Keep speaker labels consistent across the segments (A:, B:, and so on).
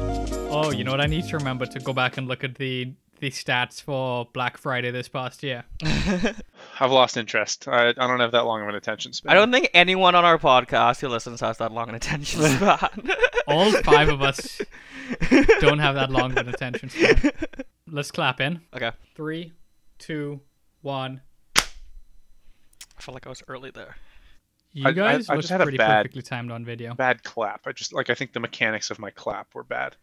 A: Oh, you know what? I need to remember to go back and look at the the stats for Black Friday this past year.
B: I've lost interest. I, I don't have that long of an attention span.
C: I don't think anyone on our podcast who listens has that long an attention span.
A: All five of us don't have that long of an attention span. Let's clap in.
C: Okay.
A: Three, two, one.
C: I felt like I was early there.
A: You
B: I- I-
A: guys
B: I
A: look
B: just had a
A: pretty
B: bad-
A: perfectly timed on video.
B: Bad clap. I just like I think the mechanics of my clap were bad.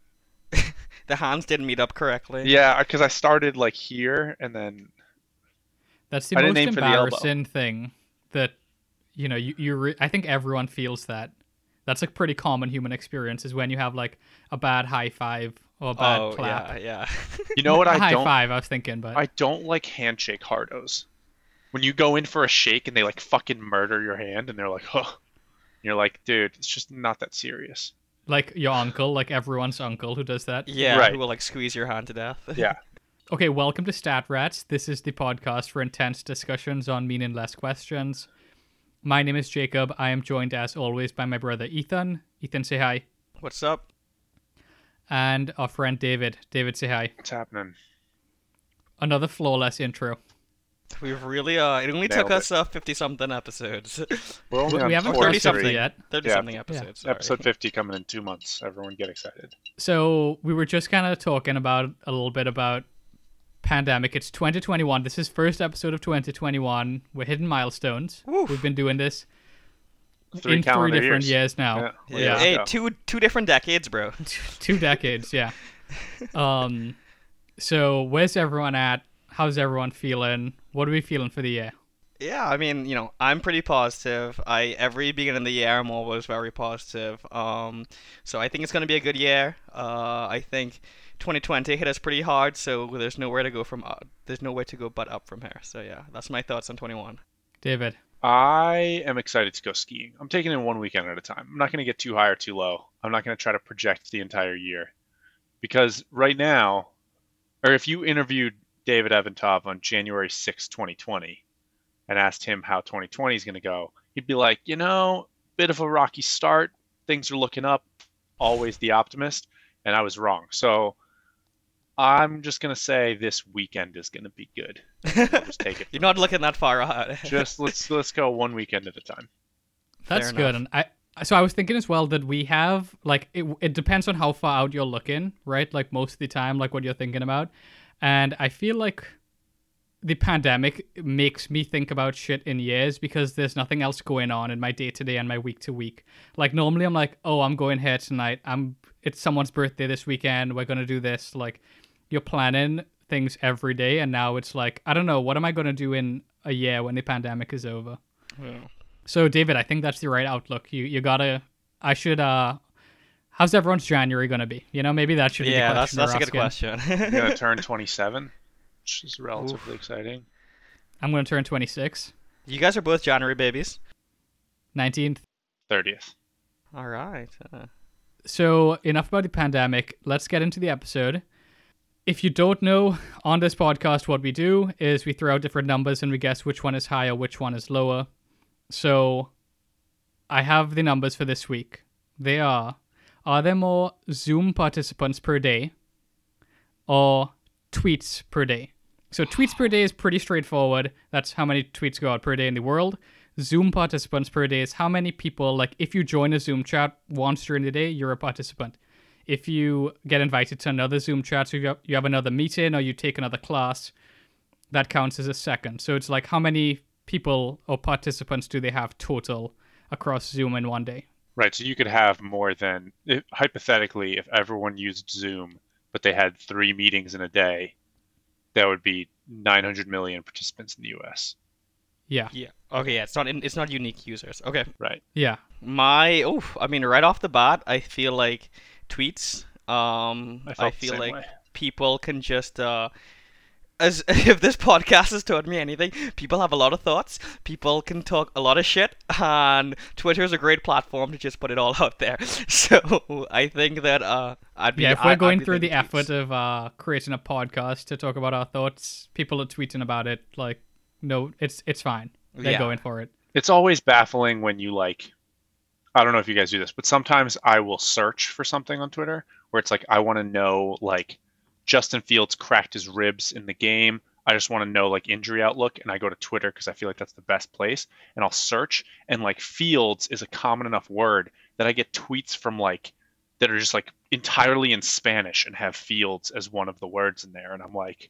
C: The hands didn't meet up correctly.
B: Yeah, because I started like here and then
A: That's the
B: I didn't
A: most
B: aim for the elbow.
A: embarrassing thing that you know. You, you re- I think everyone feels that. That's a pretty common human experience is when you have like a bad high five or a bad
C: Oh,
A: clap.
C: yeah,
B: you know what
A: Not a
B: I
A: high
B: don't
A: five. I was thinking, but
B: I don't like handshake hardos. When you go in for a shake and they like fucking murder your hand and they're like, huh. You're like, dude, it's just not that serious.
A: like your uncle, like everyone's uncle who does that.
C: yeah. Yeah,
B: Right.
C: who will like squeeze your hand to death.
B: Yeah.
A: Okay, welcome to Stat Rats. This is the podcast for intense discussions on meaningless questions. My name is Jacob. I am joined, as always, by my brother Ethan. Ethan, say hi.
C: What's up?
A: And our friend David. David, say hi.
B: What's happening?
A: Another flawless intro.
C: We've really uh it only took
B: Nailed it.
C: us uh 50 something episodes.
B: We're only
A: We-
B: on
A: we haven't
B: four
A: 30
C: 30
B: or
C: something.
B: three.
A: yet.
C: 30
B: Yeah.
C: something episodes. sorry.
B: Episode 50 coming in two months. Everyone get excited.
A: So we were just kind of talking about a little bit about pandemic. It's 2021. This is first episode of 2021. We're hitting milestones.
C: Woof.
A: We've been doing this
B: Three
A: in three
B: calendar
A: different years,
B: years.
A: now.
B: Yeah.
C: Yeah. Hey, two two different decades, bro.
A: two decades yeah um so where's everyone at how's everyone feeling what are we feeling for the year
C: Yeah, I mean, you know, I'm pretty positive. I every beginning of the year I'm always very positive. Um, so I think it's gonna be a good year. Uh, I think 2020 hit us pretty hard, so there's nowhere to go from. Uh, there's nowhere to go but up from here. So yeah, that's my thoughts on 21.
A: david
B: I am excited to go skiing. I'm taking it one weekend at a time. I'm not going to get too high or too low. I'm not going to try to project the entire year. Because right now, or if you interviewed David Evantov on January 6, 2020, and asked him how 2020 is going to go, he'd be like, you know, bit of a rocky start. Things are looking up. Always the optimist. And I was wrong. So I'm just going to say this weekend is going to be good. I'll just take it.
C: You're not looking that far out.
B: just let's let's go one weekend at a time.
A: that's
C: Fair
A: good and i so i was thinking as well that we have like it, it depends on how far out you're looking right like most of the time like what you're thinking about and i feel like the pandemic makes me think about shit in years because there's nothing else going on in my day to day and my week to week. Like normally I'm like, oh, I'm going here tonight. I'm it's someone's birthday this weekend. We're gonna do this. Like you're planning things every day, and now it's like I don't know what am I gonna do in a year when the pandemic is over.
C: Yeah.
A: So David, I think that's the right outlook. You you gotta. I should. uh How's everyone's January gonna be? You know, maybe that should. be
C: yeah,
A: the
C: that's
A: question
C: that's
A: we're
C: a good
A: asking.
C: question.
B: I'm gonna turn 27, which is relatively exciting.
A: I'm gonna turn 26,
C: you guys are both January babies.
A: 19th.
B: 30th.
C: All right. Uh,
A: So, enough about the pandemic. Let's get into the episode. If you don't know, on this podcast, what we do is we throw out different numbers and we guess which one is higher, which one is lower. So, I have the numbers for this week. They are Are there more Zoom participants per day or tweets per day? So, tweets per day is pretty straightforward. That's how many tweets go out per day in the world. Zoom participants per day is how many people, like, if you join a Zoom chat once during the day, you're a participant. If you get invited to another Zoom chat, so you have- you have another meeting or you take another class, that counts as a second. So it's like how many people or participants do they have total across Zoom in one day?
B: Right. So you could have more than if, hypothetically, if everyone used Zoom, but they had three meetings in a day, that would be 900 million participants in the U.S.
A: Yeah.
C: yeah. Okay. Yeah. It's not in, it's not unique users. Okay.
B: Right.
A: Yeah.
C: My oh, I mean, right off the bat, I feel like tweets. Um,
B: I
C: I,
B: felt the
C: feel
B: same
C: like
B: way.
C: people can just uh, as if this podcast has taught me anything, people have a lot of thoughts. People can talk a lot of shit, and Twitter is a great platform to just put it all out there. So I think that uh, I'd be
A: Yeah. If
C: I-
A: we're
C: I'd
A: going
C: be
A: through the
C: thinking tweets.
A: effort of uh, creating a podcast to talk about our thoughts, people are tweeting about it. Like, no, it's it's fine. They're
C: Yeah.
A: going for it.
B: It's always baffling when you like I don't know if you guys do this, but sometimes I will search for something on Twitter where it's like I want to know like Justin Fields cracked his ribs in the game. I just want to know like injury outlook, and I go to Twitter because I feel like that's the best place. And I'll search, and like Fields is a common enough word that I get tweets from like that are just like entirely in Spanish and have Fields as one of the words in there. And I'm like,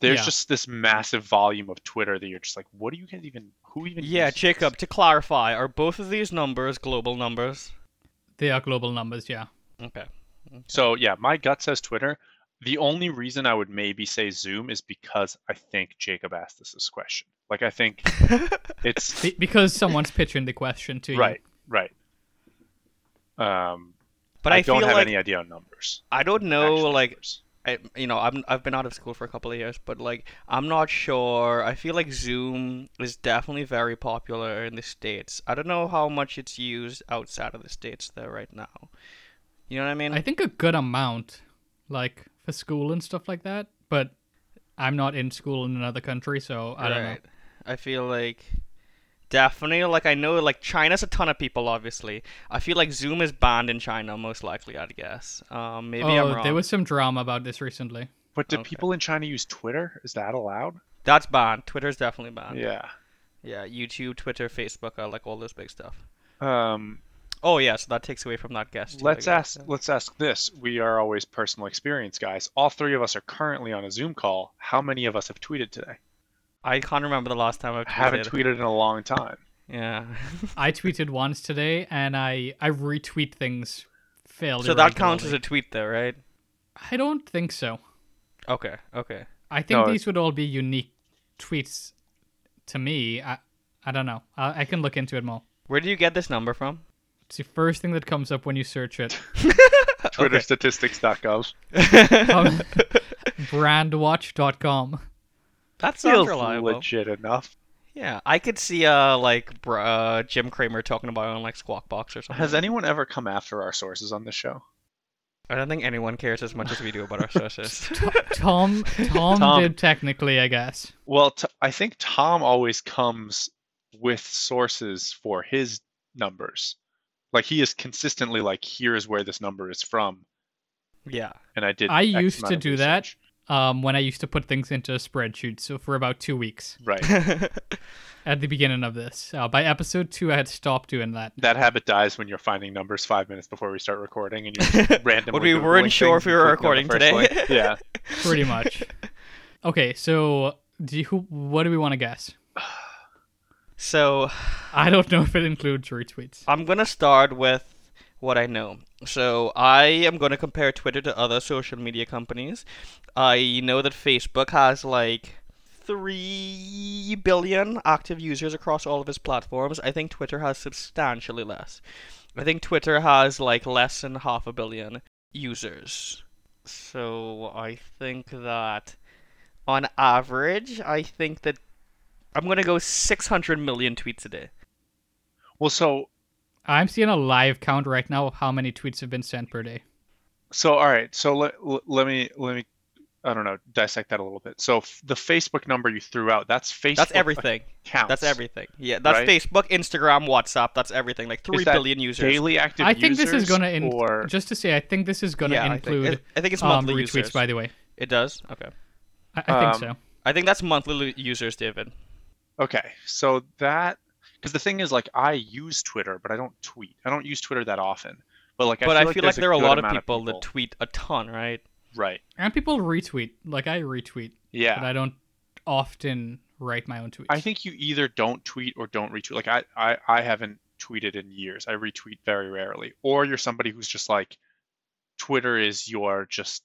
B: there's
A: Yeah.
B: just this massive volume of Twitter that you're just like, what do you guys even? Who even?
C: Yeah,
B: uses this?
C: Jacob, to clarify, are both of these numbers global numbers?
A: They are global numbers, yeah.
C: Okay.
B: So yeah, my gut says Twitter. The only reason I would maybe say Zoom is because I think Jacob asked us this question. Like I think it's
A: Be- because someone's pitching the question to you.
B: right, right. Um,
C: But
B: I,
C: I,
B: don't
C: feel
B: have
C: like
B: any idea on numbers.
C: I don't know
B: actual
C: like
B: numbers.
C: I, you know, I'm, I've been out of school for a couple of years, but like, I'm not sure. I feel like Zoom is definitely very popular in the States. I don't know how much it's used outside of the States, though, right now. You know what I mean?
A: I think a good amount, like for school and stuff like that. But I'm not in school in another country, so I don't know.
C: Right. I feel like definitely, like, I know, like, China's a ton of people, obviously. I feel like Zoom is banned in China, most likely, I'd guess. Um, maybe I'm
A: oh,
C: wrong.
A: there was some drama about this recently.
B: But do
C: Okay.
B: people in China use Twitter? Is that allowed?
C: That's banned. Twitter's definitely banned.
B: Yeah.
C: Yeah, YouTube, Twitter, Facebook, are, like, all this big stuff.
B: Um,
C: Oh yeah, so that takes away from that guest. too, I
B: let's
C: guess.
B: ask. Let's ask this. We are always personal experience guys. All three of us are currently on a Zoom call. How many of us have tweeted today?
C: I can't remember the last time I've tweeted.
B: I haven't tweeted in a long time.
C: Yeah.
A: I tweeted once today, and I I retweet things fairly.
C: so that counts as
A: regularly.
C: a tweet, though, right?
A: I don't think so.
C: Okay. Okay.
A: I think
B: No.
A: these would all be unique tweets to me. I I don't know. I, I can look into it more.
C: Where do you get this number from?
A: It's the first thing that comes up when you search it.
B: Twitterstatistics.gov.
A: Um, brandwatch.com.
C: That sounds
B: Feels
C: reliable.
B: legit enough.
C: Yeah, I could see uh like br- uh, Jim Cramer talking about it on like Squawk Box or something.
B: Has anyone ever come after our sources on this show?
C: I don't think anyone cares as much as we do about our sources.
A: Tom, Tom
B: Tom.
A: did technically, I guess.
B: Well, t- I think Tom always comes with sources for his numbers. Like he is consistently like, here's where this number is from,
C: yeah.
B: and I did.
A: I
B: X
A: used
B: amount
A: to
B: of
A: do that.
B: research.
A: Um, when I used to put things into a spreadsheet, so for about two weeks
B: Right.
C: yeah.
A: at the beginning of this, uh, by episode two, I had stopped doing that.
B: That habit dies when you're finding numbers five minutes before we start recording, and you just randomly.
C: we
B: Googling
C: weren't sure
B: things
C: if we
B: and
C: were
B: clicking on the
C: recording
B: first link.
C: today.
B: yeah.
A: pretty much. Okay, so do you, who- what do we want to guess?
C: So
A: I don't know if it includes retweets.
C: I'm gonna start with what I know. So I am gonna compare Twitter to other social media companies. I know that Facebook has like three billion active users across all of its platforms. I think Twitter has substantially less. I think Twitter has like less than half a billion users. So I think that on average, I think that I'm gonna go 600 million tweets a day.
B: Well, so
A: I'm seeing a live count right now of how many tweets have been sent per day.
B: so all right so let, let me let me i don't know dissect that a little bit so f- the facebook number you threw out that's facebook
C: That's everything.
B: accounts.
C: That's everything. Yeah, that's
B: right?
C: Facebook, Instagram, WhatsApp. That's everything. Like three
B: Is that
C: billion users.
B: daily active
A: I think this is
B: users,
A: going to in-
B: or
A: just to say I think this is going to
C: yeah, I think-
A: include
C: I think, I think it's
A: um,
C: monthly
A: retweets.
C: users.
A: By the way,
C: It does. Okay.
A: I, I think
B: Um,
A: so.
C: I think that's monthly lu- users, David.
B: okay so that because the thing is like i use twitter but i don't tweet i don't use twitter that often but like
C: But
B: I
C: I
B: feel like, there's
C: there are a
B: good
C: lot of
B: amount
C: people, that tweet a ton, right?
B: right
A: And people retweet, like I retweet, but
B: yeah
A: I don't often write my own tweets.
B: I think you either don't tweet or don't retweet. Like I, I, I haven't tweeted in years. I retweet very rarely. Or you're somebody who's just like, Twitter is your just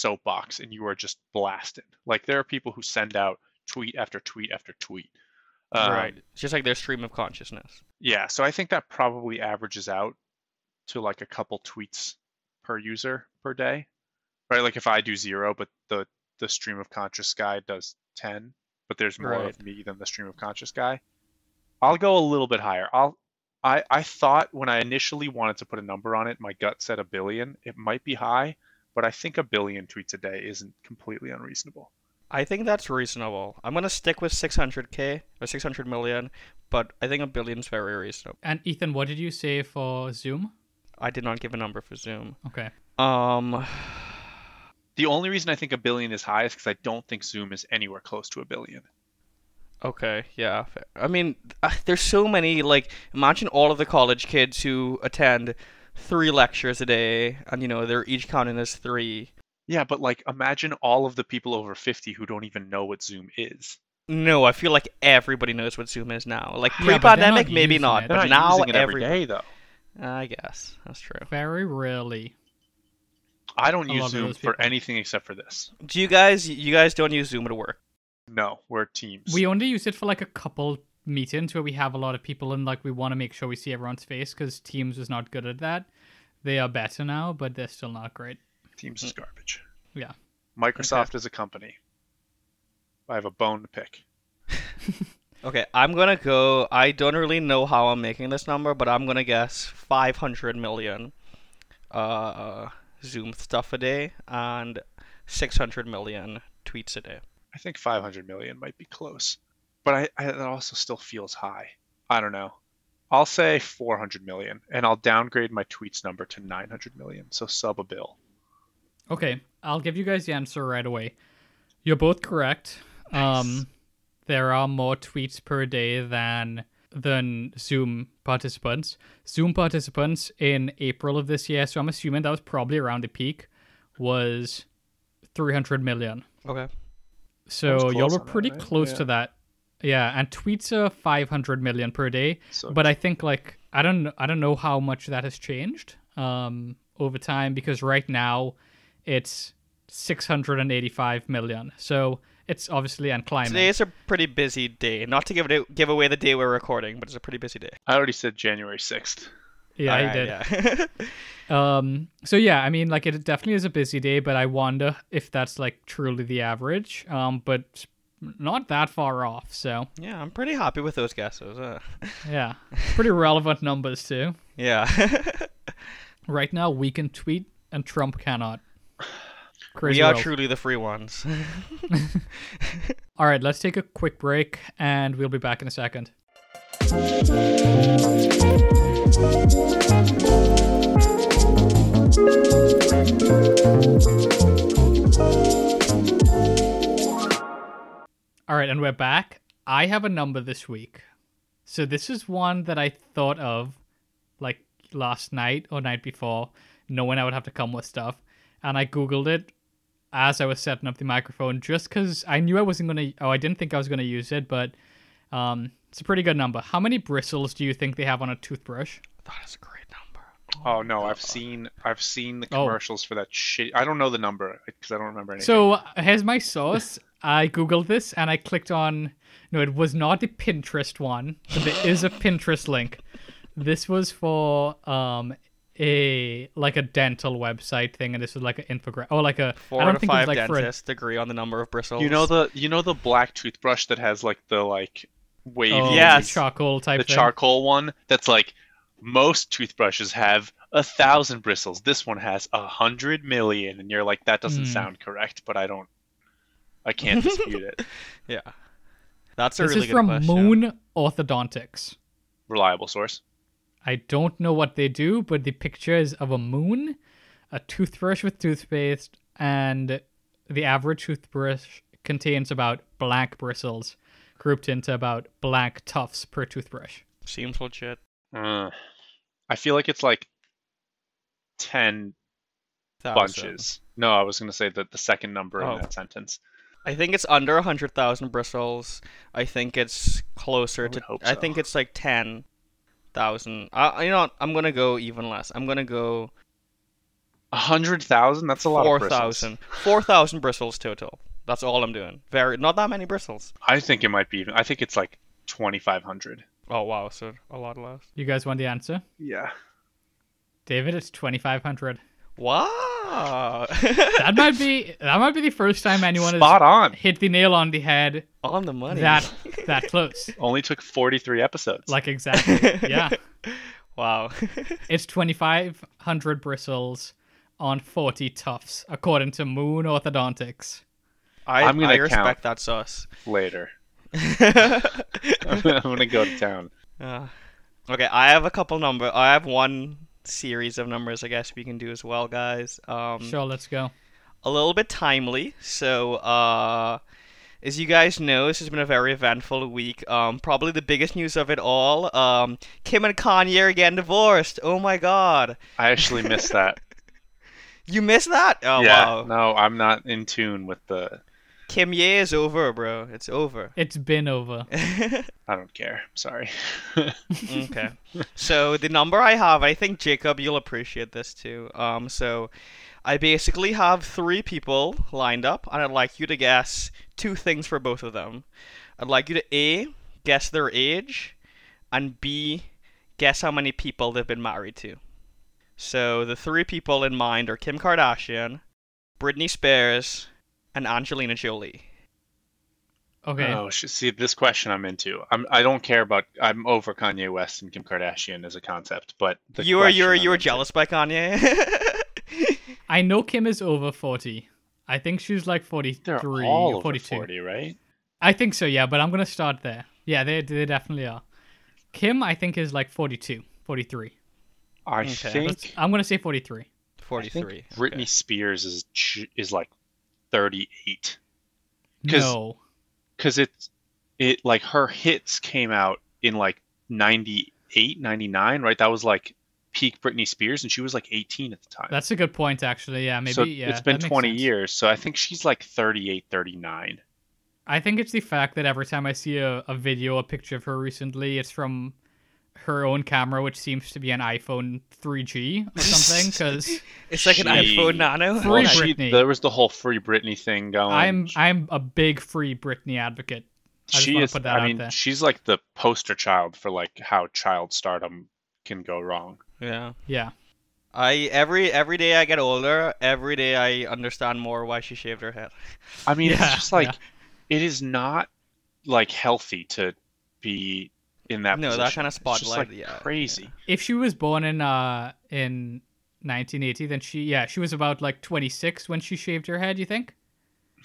B: soapbox and you are just blasted. Like there are people who send out tweet after tweet after tweet. Um,
C: right. It's just like their stream of consciousness.
B: Yeah. So I think that probably averages out to like a couple tweets per user per day. Right. Like if I do zero, but the the stream of conscious guy does ten, but there's more
C: Right.
B: of me than the stream of conscious guy. I'll go a little bit higher. I'll I I thought when I initially wanted to put a number on it, my gut said a billion. It might be high, but I think a billion tweets a day isn't completely unreasonable.
C: I think that's reasonable. I'm gonna stick with 600k or 600 million, but I think a billion's very reasonable.
A: And Ethan, what did you say for Zoom?
C: I did not give a number for Zoom.
A: Okay.
C: Um,
B: The only reason I think a billion is high is because I don't think Zoom is anywhere close to a billion.
C: Okay, yeah. fair. I mean, uh, there's so many. Like, imagine all of the college kids who attend three lectures a day, and you know they're each counting as three.
B: Yeah, but like imagine all of the people over 50 who don't even know what Zoom is.
C: No, I feel like everybody knows what Zoom is now. Like
A: Yeah, but they're not
C: pre-pandemic, maybe
A: using
C: not,
A: it.
B: They're
C: but
B: not
C: now
B: using it every
C: every-
B: day though.
C: I guess that's true.
A: Very rarely.
B: I
A: A
B: don't
A: lot
B: use
A: of
B: Zoom
A: those
B: for
A: people.
B: anything except for this.
C: Do you guys? You guys don't use Zoom at work?
B: No, we're teams.
A: We only use it for like a couple meetings where we have a lot of people and like we want to make sure we see everyone's face because Teams was not good at that. They are better now, but they're still not great.
B: Teams is garbage.
A: Mm. Yeah.
B: Microsoft is a company. I have a bone to pick.
C: Okay, I'm gonna go. I don't really know how I'm making this number, but I'm gonna guess 500 million uh, Zoom stuff a day and 600 million tweets a day.
B: I think 500 million might be close, but I, I that also still feels high. I don't know. I'll say 400 million, and I'll downgrade my tweets number to 900 million. So sub a bill.
A: Okay, I'll give you guys the answer right away. You're both correct. Um, there are more tweets per day than than Zoom participants. Zoom participants in April of this year, so I'm assuming that was probably around the peak, was 300 million.
C: Okay.
A: So y'all
B: close
A: were
B: on that,
A: pretty
B: right?
A: close
B: Yeah.
A: to that. Yeah, and tweets are 500 million per day,
B: So
A: but I think like I don't I don't know how much that has changed um over time because right now it's 685 million. So it's obviously and climbing.
C: Today is a pretty busy day. Not to give it give away the day we're recording, but it's a pretty busy day.
B: I already said January 6th.
A: yeah, you
C: Alright,
A: did.
C: yeah.
A: Um so yeah, I mean like it definitely is a busy day, but I wonder if that's like truly the average. Um but not that far off. So,
C: yeah, I'm pretty happy with those guesses. Uh,
A: yeah. Pretty relevant numbers too.
C: yeah.
A: Right now, we can tweet and Trump cannot. Crazy
C: we are
A: world.
C: truly the free ones.
A: All right, let's take a quick break and we'll be back in a second. All right, and we're back. I have a number this week. So this is one that I thought of like last night or night before, knowing I would have to come with stuff. And I Googled it as I was setting up the microphone just because I knew I wasn't going to, oh, I didn't think I was going to use it, but um, it's a pretty good number. How many bristles do you think they have on a toothbrush?
C: that is a great number.
B: Oh no, I've seen I've seen the
A: Oh.
B: commercials for that shit. I don't know the number because I don't remember anything.
A: So here's my source. I Googled this and I clicked on, no, it was not a Pinterest one, but there is a Pinterest link. This was for um a like a dental website thing, and this was like an infographic. Oh, like a
C: Four
A: I
C: out
A: don't
C: of
A: think it was
C: five
A: like for a
C: dentists agree on the number of bristles.
B: you know the you know the black toothbrush that has like the like wavy
A: oh,
C: Yes.
A: charcoal type
B: the
A: thing.
B: charcoal one that's like most toothbrushes have a thousand bristles this one has a hundred million and you're like that doesn't
A: Hmm.
B: sound correct but i don't i can't dispute it
C: Yeah. That's a
A: this
C: really
A: is
C: good
A: from
C: question.
A: Moon Orthodontics.
B: reliable source
A: I don't know what they do, but the picture is of a moon, a toothbrush with toothpaste, and the average toothbrush contains about black bristles, grouped into about black tufts per toothbrush.
C: Seems legit.
B: Uh, i feel like it's like 10
C: Thousand.
B: bunches no i was going to say that the second number
C: Oh.
B: in that sentence
C: I think it's under 100,000 bristles. I think it's closer
B: I
C: to.
B: would hope
C: I
B: so.
C: think it's like 10,000. I, you know, what, I'm gonna go even less. I'm gonna go
B: a hundred thousand that's a lot of bristles
C: 4,000. 4,000 bristles total. That's all I'm doing. Very, not that many bristles.
B: i think it might be even i think it's like 2500
C: Oh wow, so a lot less.
A: You guys want the answer?
B: yeah
A: David, it's 2500.
C: Wow.
A: That might be that might be the first time anyone
B: spot on
A: has hit the nail on the head
C: On the money.
A: that that close.
B: only took 43 episodes
A: Like exactly. Yeah.
C: Wow.
A: It's 2,500 bristles on 40 tufts, according to Moon Orthodontics.
C: I,
B: I'm gonna
C: I
B: count.
C: respect that sauce.
B: later. I'm
C: uh,
B: gonna go to town.
C: okay, I have a couple number. I have one series of numbers. I guess we can do as well, guys. Um,
B: Mm.
A: Sure, let's go.
C: a little bit timely. So, uh, as you guys know, this has been a very eventful week. Um, probably the biggest news of it all: um, Kim and Kanye are getting divorced. Oh my God,
B: I actually missed that.
C: you missed that? Oh
B: yeah.
C: wow,
B: No, I'm not in tune with the.
C: Kim Ye is over, bro. It's over.
A: It's been over.
B: I don't care. I'm sorry.
C: okay. So the number I have, I think Jacob, you'll appreciate this too. Um, so I basically have three people lined up, and I'd like you to guess two things for both of them. I'd like you to A, guess their age, and B, guess how many people they've been married to. So the three people in mind are Kim Kardashian, Britney Spears, and Angelina Jolie.
A: Okay.
B: Oh, sh- see, this question I'm into. I'm. I don't care about. I'm over Kanye West and Kim Kardashian as a concept, but the
C: you were you were
B: question
C: you
B: I'm
C: were
B: into-
C: jealous by Kanye.
A: I know Kim is over 40. I think she's like 43
B: They're all
A: or
B: over
A: 42.
B: 40, right?
A: I think so, yeah, but I'm going to start there. Yeah, they, they definitely are. Kim, I think, is like 42, 43.
B: I
C: Okay.
A: Let's-
B: think.
A: I'm going to say 43.
B: I think
C: Forty-three.
B: Britney
C: okay.
B: Spears is ch- is like 38 'Cause-
A: No.
B: because it's it like her hits came out in like 98, 99, right? That was like peak Britney Spears, and she was like 18 at the time.
A: That's a good point, actually. Yeah, maybe.
B: so
A: yeah,
B: it's been
A: that makes
B: 20
A: sense.
B: years, so I think she's like 38, 39.
A: I think it's the fact that every time I see a, a video, a picture of her recently, it's from her own camera, which seems to be an iPhone 3G or something. Because
C: It's like an
B: She-
C: iPhone Nano.
A: Free
B: Well, she-
A: Britney.
B: there was the whole free Britney thing going.
A: I'm I'm a big free Britney advocate. I just
B: she
A: wanna
B: is.
A: put that
B: I
A: out
B: mean,
A: there.
B: she's like the poster child for like how child stardom can go wrong.
C: Yeah.
A: Yeah,
C: I every every day I get older, every day I understand more why she shaved her head.
B: I mean,
A: Yeah,
B: it's just like
A: yeah.
B: it is not like healthy to be in that.
C: No, that
B: position.
C: kinda
B: It's just,
C: spotlight, uh,
B: like,
C: yeah,
B: crazy.
A: if she was born in uh in 1980, then she yeah she was about like 26 when she shaved her head. You think?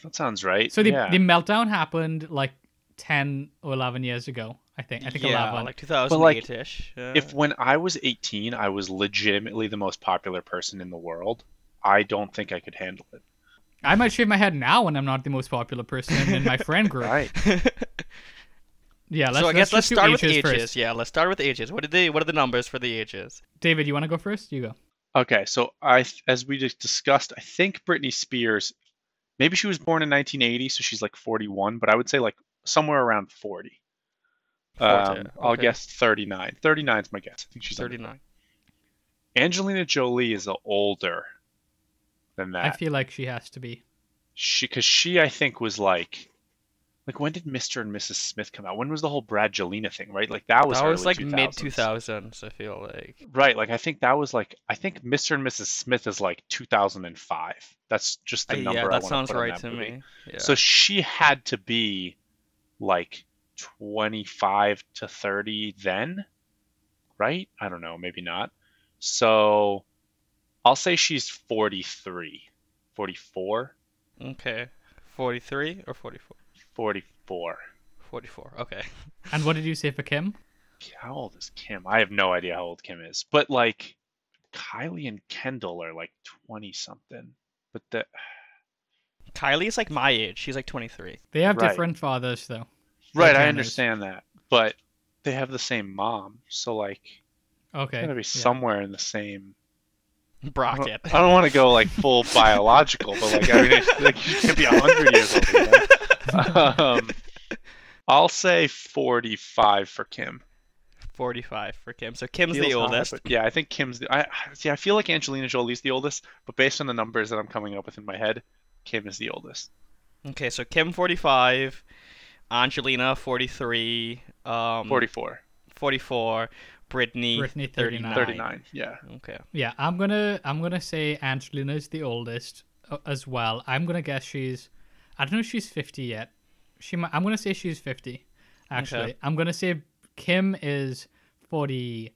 B: That sounds right.
A: So the
B: yeah.
A: the meltdown happened like 10 or 11 years ago. I think. I think
C: yeah,
A: 11.
C: like
B: But, like,
C: 2008 ish.
B: if when I was 18, I was legitimately the most popular person in the world. I don't think I could handle it.
A: I might shave my head now when I'm not the most popular person in my friend group.
B: Right.
A: Yeah, let's,
C: so I guess let's
A: let's, just do
C: start with
A: ages
C: ages.
A: first.
C: Yeah, let's start with ages. What did they? What are the numbers for the ages?
A: David, you want to go first? You go.
B: Okay, so I, th- as we just discussed, I think Britney Spears, maybe she was born in 1980, so she's like 41, but I would say like somewhere around 40. Um,
C: Forty,
B: I'll
C: okay.
B: guess 39. 39 is my guess. I think she's under
C: 39.
B: Angelina Jolie is uh, older than
A: I
C: Uh,
B: that.
A: feel like she has to be.
B: she, because she, I think, was like, like when did Mr. and Mrs. Smith come out? When was the whole Bradgelina thing? Right, like that was
C: that was
B: early
C: like mid
B: 2000s.
C: 2000s. I feel like.
B: Right, like I think that was like I think Mr. and Mrs. Smith is like 2005. That's just the
C: Uh,
B: number.
C: yeah,
B: I
C: that
B: wanna
C: sounds
B: put on
C: right
B: that
C: to
B: movie.
C: me. Yeah.
B: So she had to be like 25 to 30 then, right? I don't know, maybe not. So I'll say she's 43, 44,
C: okay, 43 or 44?
B: 44.
C: 44. Okay.
A: And what did you say for Kim?
B: How old is Kim? I have no idea how old Kim is, but like Kylie and Kendall are like 20 something. But the
C: Kylie is like my age. She's like 23.
A: They have
B: Right.
A: different fathers, though.
B: Right, I
A: Jammers.
B: understand that, but they have the same mom, so like
A: Okay.
B: it's gotta be
A: yeah.
B: somewhere in the same. I don't,
C: Bracket.
B: I don't want to go like full biological, but like I mean, it's, like you could be hundred years old. you know? um, I'll say forty-five for Kim.
C: 45 for Kim. So Kim's the
B: Feels high,
C: oldest.
B: but yeah, I think Kim's. The, I I- see. I feel like Angelina Jolie's the oldest, but based on the numbers that I'm coming up with in my head, Kim is the oldest.
C: Okay, so Kim 45, Angelina 43, um,
B: Forty-four,
C: 44, Brittany,
A: Britney,
C: 39.
A: 39.
B: thirty-nine. Yeah.
C: Okay.
A: Yeah, I'm gonna I'm gonna say Angelina's the oldest uh, as well. I'm gonna guess she's. I don't know if she's 50 yet. She might, I'm gonna say she's 50. Actually, I'm gonna say Kim is 42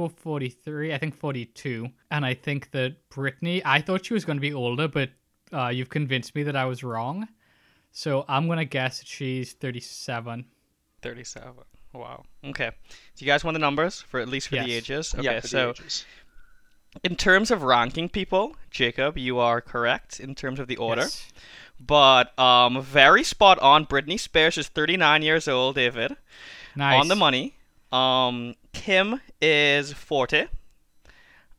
A: or 43. I think 42, and I think that Brittany. I thought she was gonna be older, but uh, you've convinced me that I was wrong. So I'm gonna guess she's 37.
C: 37. Wow. Okay. Do you guys want the numbers for at least for the
A: Yes.
C: ages? Okay.
B: Yeah, for the
C: so
B: ages.
C: in terms of ranking people, Jacob, you are correct in terms of the order.
A: Yes.
C: But um, very spot on. Britney Spears is 39 years old. David
A: Nice.
C: on the money. Um, Kim is 40,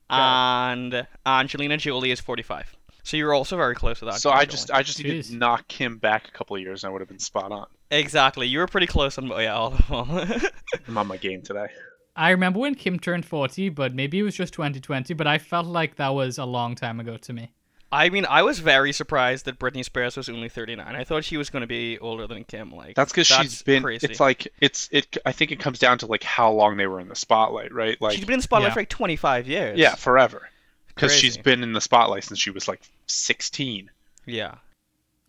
B: Got
C: and Angelina Jolie is 45. So you're also very close to that.
B: So I just I just need
A: Jeez.
B: to knock him back a couple of years and I would have been spot on.
C: exactly you were pretty close on oh, yeah all of them.
B: I'm on my game today.
A: I remember when Kim turned 40, but maybe it was just 2020. But I felt like that was a long time ago to me.
C: I mean, I was very surprised that Britney Spears was only 39. I thought she was going to be older than Kim. Like
B: That's because she's been.
C: crazy.
B: It's like it's it. I think it comes down to like how long they were in the spotlight, right? Like
C: she's been in the spotlight
A: yeah.
C: for like 25 years.
B: yeah, forever. Because she's
C: Crazy.
B: been in the spotlight since she was like 16.
C: yeah,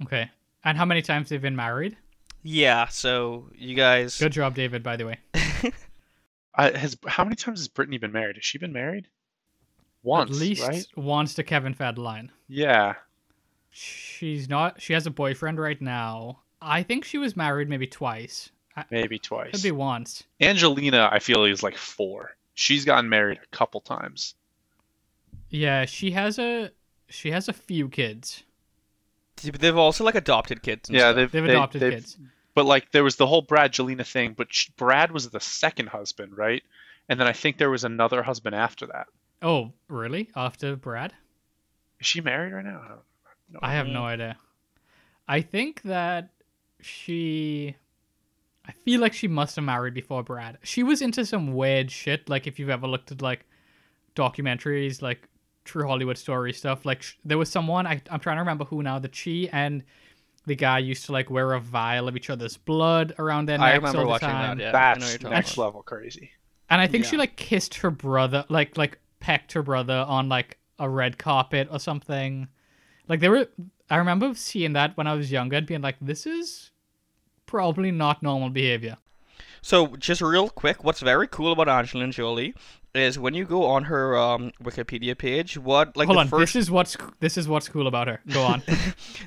A: Okay. And how many times they've been married?
C: yeah. So you guys,
A: Good job, David. By the way.
B: I, Uh, has how many times has Brittany been married? Has she been married? Once,
A: At least
B: right?
A: once to Kevin Federline.
B: Yeah.
A: She's not. She has a boyfriend right now. I think she was married maybe twice. I-
B: Maybe twice.
A: Could be once.
B: Angelina, I feel is like four. She's gotten married a couple times.
A: Yeah, she has a she has a few kids.
C: they've also like adopted kids. And
B: Yeah,
C: stuff.
B: they've,
A: They've
B: they-
A: adopted
B: they've-
A: kids.
B: But like, there was the whole Bradgelina thing. But sh Brad was the second husband, right? And then I think there was another husband after that.
A: Oh, really? After Brad?
B: Is she married right now? I don't- don't
A: I have
C: Mhm.
A: no idea. I think that she. I feel like she must have married before Brad. She was into some weird shit. Like if you've ever looked at like documentaries, like true Hollywood story stuff. Like sh- there was someone I, I'm trying to remember who now that she and the guy used to like wear a vial of each other's blood around their necks
C: I remember
A: all the
C: watching
A: time.
C: that. Yeah, I know what
B: That's
C: you're talking
B: next
C: about.
B: level crazy.
A: And I think she
C: Yeah.
A: like kissed her brother, like like pecked her brother on like a red carpet or something. Like they were I remember seeing that when I was younger and being like, this is probably not normal behavior.
C: So just real quick, what's very cool about Angelina Jolie is when you go on her um, Wikipedia page, what like
A: Hold
C: the
A: on,
C: first
A: this is what's this is what's cool about her. Go on.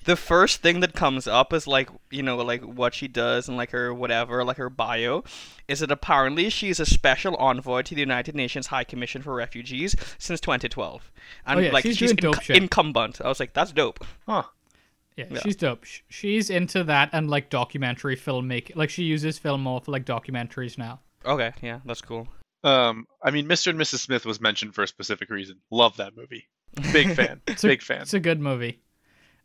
C: the first thing that comes up is like you know like what she does and like her whatever like her bio is that apparently she's a special envoy to the united nations high commission for refugees since 2012 and
A: Oh, yeah,
C: like
A: she's
C: she's,
A: doing dope
C: inc-
A: shit.
C: incumbent i was like that's dope
B: Huh.
A: yeah,
C: Yeah.
A: she's dope. Sh- She's into that and like documentary filmmaking. Like she uses film more for like documentaries now.
C: okay yeah that's cool
B: Um, I mean, Mr. and Mrs. Smith was mentioned for a specific reason. Love that movie. Big fan.
A: a-
B: Big fan.
A: It's a good movie.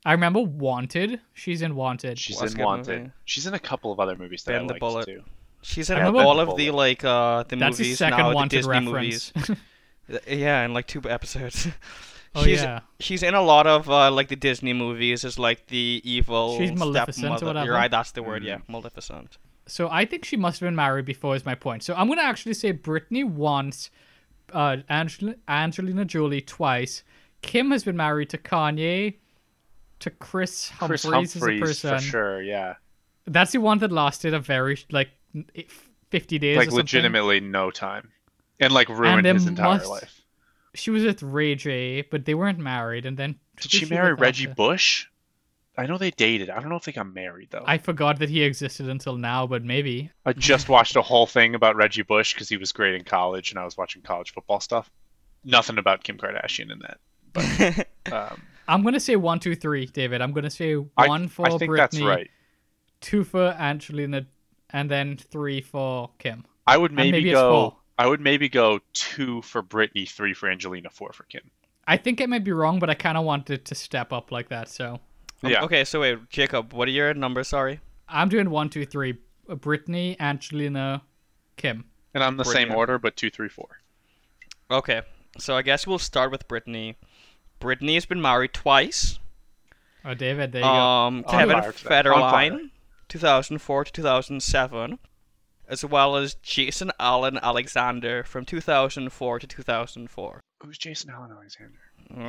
A: I remember Wanted. She's in Wanted.
B: She's
C: Well, that's a
B: in
C: good
B: Wanted.
C: movie.
B: She's in a couple of other movies that
C: Bend
B: I
C: the
B: liked
C: Bullet.
B: too.
C: she's in
A: I remember-
C: all of the like uh the
A: That's
C: movies
A: his second
C: now the
A: Wanted
C: disney
A: reference.
C: movies Th- yeah in like two episodes
A: oh
C: she's
A: yeah.
C: she's in a lot of uh, like the disney movies is like the evil
A: She's Maleficent or
C: stepmother.
A: whatever.
C: you're right that's the word yeah
B: Mhm.
C: maleficent
A: So I think she must have been married before is my point. So I'm gonna actually say Brittany once, uh, Angel- Angelina Jolie twice. Kim has been married to Kanye, to Chris Humphries
B: Chris
A: as a
B: Humphries
A: person.
B: for sure. Yeah.
A: That's the one that lasted a very like n- i- fifty days. or
B: Like
A: something.
B: legitimately no time, and like ruined
A: there
B: his entire
A: must-
B: life.
A: She was with Ray J, but they weren't married. And then
B: Did
A: who
B: she
A: was
B: marry
A: with
B: Reggie
A: after?
B: Bush? I know they dated. I don't know if they got married though.
A: I forgot that he existed until now, but maybe.
B: I
A: Mm-hmm.
B: just watched a whole thing about Reggie Bush because he was great in college, and I was watching college football stuff. Nothing about Kim Kardashian in that. But, um,
A: I'm gonna say one, two, three, David. I'm gonna say one
B: I-
A: for
B: I think
A: Brittany,
B: that's right.
A: two for Angelina, and then three for Kim.
B: I would maybe,
A: maybe it's
B: go.
A: four.
B: I would maybe go two for Brittany, three for Angelina, four for Kim.
A: I think I might be wrong, but I kind of wanted to step up like that. So
C: Um,
B: Yeah.
C: Okay, so wait, Jacob, what are your numbers? Sorry.
A: I'm doing one, two, three. Uh, Brittany, Angelina, Kim.
B: And I'm the
C: Brilliant.
B: same order, but two, three, four.
C: Okay, so I guess we'll start with Brittany. Brittany has been married twice.
A: Oh, David, there you go.
B: On
C: Um, Kevin
B: fire today. On fire.
C: Federline, 2004 to 2007, as well as Jason Allen Alexander from 2004 to 2004.
B: Who's Jason Allen Alexander?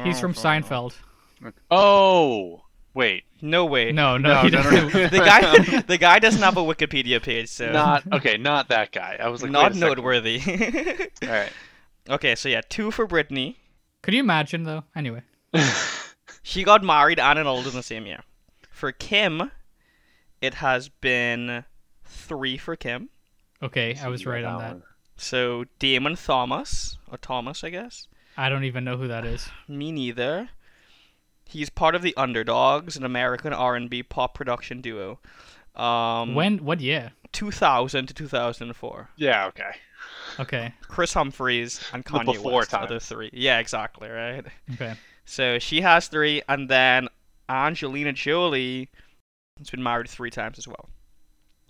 A: He's
C: Mm.
A: from Seinfeld.
B: Oh, wait,
C: No way.
A: No, no,
B: no,
A: he
B: no, no,
A: doesn't.
B: no.
C: The guy, the guy doesn't have a Wikipedia page, so
B: not okay, not that guy. I was like, wait
C: not
B: a second.
C: noteworthy.
B: All right.
C: okay, so yeah, two for Brittany.
A: Could you imagine though? Anyway,
C: She got married and annulled in the same year. For Kim, it has been three for Kim.
A: Okay, I was
B: You got
A: right on that.
B: one.
C: So Damon Thomas, or Thomas, I guess.
A: I don't even know who that is.
C: Me neither. He's part of the Underdogs, an American R&B pop production duo. Um,
A: When? What year?
C: 2000 to 2004.
B: Yeah, okay.
A: Okay.
C: Chris Humphries and
B: The
C: Kanye
B: before
C: West
B: times.
C: are the three. Yeah, exactly, right?
A: Okay.
C: So she has three, and then Angelina Jolie has been married three times as well.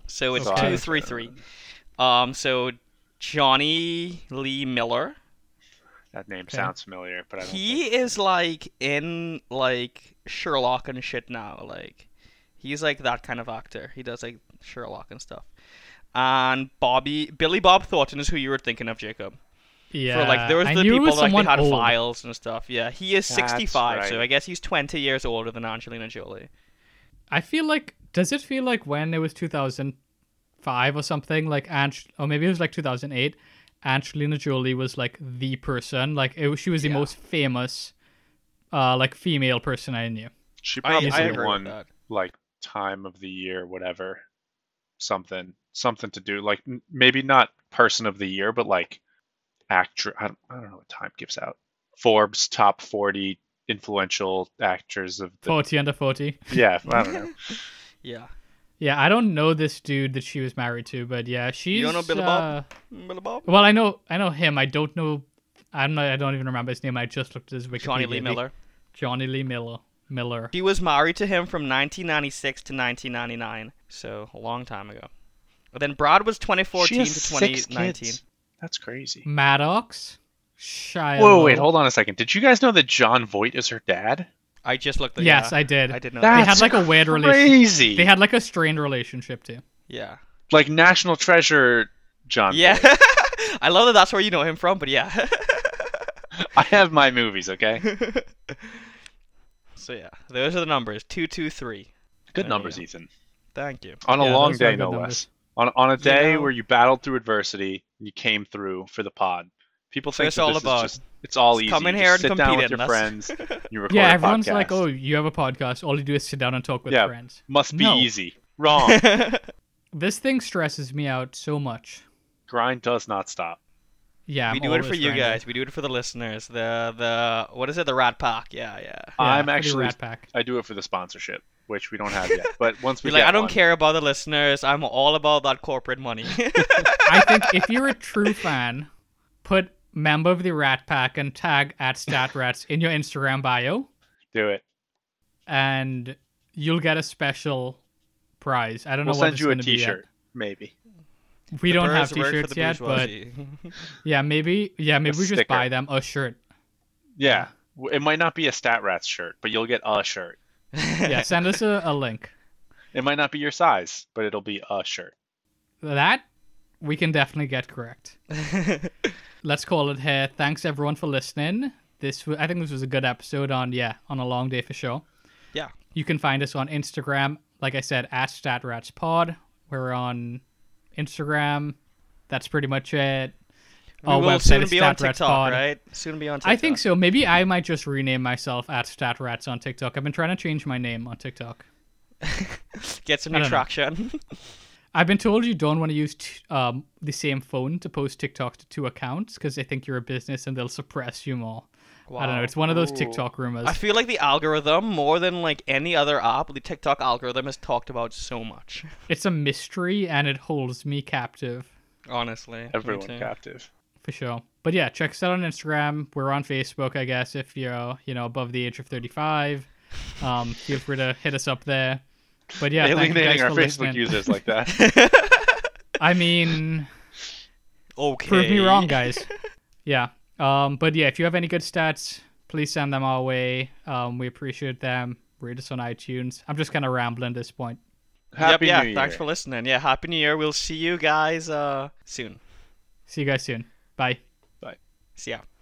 C: So it's
A: Okay.
C: two, three, three. Um, so Johnny Lee Miller,
B: That name
A: Okay.
B: sounds familiar, but I don't
C: he is like in like Sherlock and shit now. Like he's like that kind of actor. He does like Sherlock and stuff. And Bobby Billy Bob Thornton is who you were thinking of, Jacob.
A: Yeah.
C: For like there was
A: I
C: the
A: knew it
C: people
A: was
C: like they
A: someone
C: had
A: old.
C: files and stuff. Yeah, he is
B: That's
C: 65, so
B: right.
C: I guess he's 20 years older than Angelina Jolie.
A: I feel like does it feel like when it was 2005 or something like Ange or maybe it was like 2008 Angelina Jolie was like the person like it, was- she was the
C: Yeah.
A: most famous uh like female person I knew.
B: She probably
A: I
B: had
A: agree with
B: one
C: that.
B: like time of the year, whatever, something, something to do. Like m- maybe not person of the year, but like actor. I don't, I don't know what time gives out. Forbes top forty influential actors of the
A: 40 under 40.
B: yeah. I don't know.
C: Yeah.
A: Yeah, I don't know this dude that she was married to, but yeah, she's uh,
C: don't know Billy Bob? Billy Bob?
A: Well, I know I know him. I don't know I'm not I don't even remember his name. I just looked at his Wikipedia.
C: Johnny Lee Miller.
A: Johnny Lee Miller. Miller.
C: She was married to him from 1996 to 1999, so a long time ago. But then Brad was 2014
B: She has
C: to
B: six
C: 2019.
B: kids. That's crazy.
A: Maddox. Shiloh.
B: Whoa, wait, hold on a second. Did you guys know that John Voight is her dad?
C: I just looked at
A: Yes,
C: yeah,
A: I did.
C: I did know
A: They
C: that.
A: had,
B: That's
A: like, a weird relation-
B: Crazy.
A: They had like a strained relationship too.
C: Yeah.
B: like National Treasure. John.
C: Yeah.
B: Voight.
C: I love that that's where you know him from, but yeah.
B: I have my movies. Okay.
C: so yeah, those are the numbers. 223.
B: Good
C: There
B: numbers,
C: you
B: Ethan.
C: Thank you.
B: On a
A: Yeah,
B: long
A: those are
B: day,
A: good
B: no
A: numbers.
B: less. On, on a day
C: know-
B: where you battled through adversity, you came through for the pod. People think
C: That's
B: that
C: all
B: this
C: about.
B: is just it's all
C: Just
B: easy.
C: come in
B: You
C: here
B: just
C: and
B: sit down with
C: compete
B: your
C: in
B: friends. You record
A: yeah,
B: a
A: everyone's like,
B: podcast.
A: "Oh, you have a podcast. All you do is sit down and talk with
B: Yeah.
A: friends."
B: must be
A: no.
B: easy." Wrong.
A: This thing stresses me out so much.
B: Grind does not stop.
A: Yeah,
C: we
A: I'm
C: do it for
A: always
C: you
A: grinding.
C: guys. We do it for the listeners. The the what is it? The Rat Pack. Yeah, yeah.
A: Yeah,
B: I'm
A: for the
B: actually
A: Rat Pack.
B: I do it for the sponsorship, which we don't have yet. But once we
C: Be like,
B: get
C: I don't
B: one-
C: care about the listeners. I'm all about that corporate money.
A: I think if you're a true fan, put member of the Rat Pack and tag at StatRats in your Instagram bio,
B: do it.
A: and you'll get a special prize. I don't
B: We'll
A: know what
B: send
A: it's
B: you a
A: gonna be yet.
B: T-shirt, maybe.
A: We don't have
C: Birds work for
A: T-shirts
C: the
A: yet, but
C: bourgeoisie.
A: yeah, maybe yeah, maybe we just
B: sticker.
A: buy them a shirt.
B: Yeah, W- it might not be a Stat Rats shirt, but you'll get a shirt.
A: Yeah, send us a, a link.
B: It might not be your size, but it'll be a shirt.
A: That we can definitely get correct. Let's call it here. Thanks everyone for listening. This wa- I think this was a good episode on yeah on a long day for sure.
C: yeah.
A: You can find us on Instagram, like I said, at StatRatsPod. We're on Instagram. That's pretty much it.
C: We
A: Our
C: will
A: Oh, website
C: soon
A: is
C: be on
A: StatRatsPod.
C: TikTok, right? Soon be on TikTok.
A: I think so. Maybe I might just rename myself at StatRats on TikTok. I've been trying to change my name on TikTok.
C: Get some
A: I don't
C: new
A: know.
C: traction.
A: I've been told you don't want to use t- um, the same phone to post TikTok to two accounts because they think you're a business and they'll suppress you more. I don't know.
C: Wow.
A: It's one of those
B: Ooh.
A: TikTok rumors.
C: I feel like the algorithm, more than like any other app, the TikTok algorithm has talked about so much.
A: it's a mystery and it holds me captive
C: Honestly, me
B: Everyone
C: too.
B: captive.
A: for sure. But yeah, check us out on Instagram. We're on Facebook, I guess, if you're you know above the age of 35. Um, feel free to hit us up there. But yeah, thank you guys
B: Alienating our
A: for
B: Facebook
A: listening.
B: users like that.
A: I mean,
C: Okay.
A: prove me wrong, guys. yeah. Um, but yeah, if you have any good stats, please send them our way. Um, we appreciate them. Rate us on iTunes. I'm just kind of rambling at this point.
B: Happy
C: yep, yeah,
B: New Year.
C: thanks for listening. Yeah, happy new year. We'll see you guys uh soon.
A: See you guys soon. Bye.
C: See ya.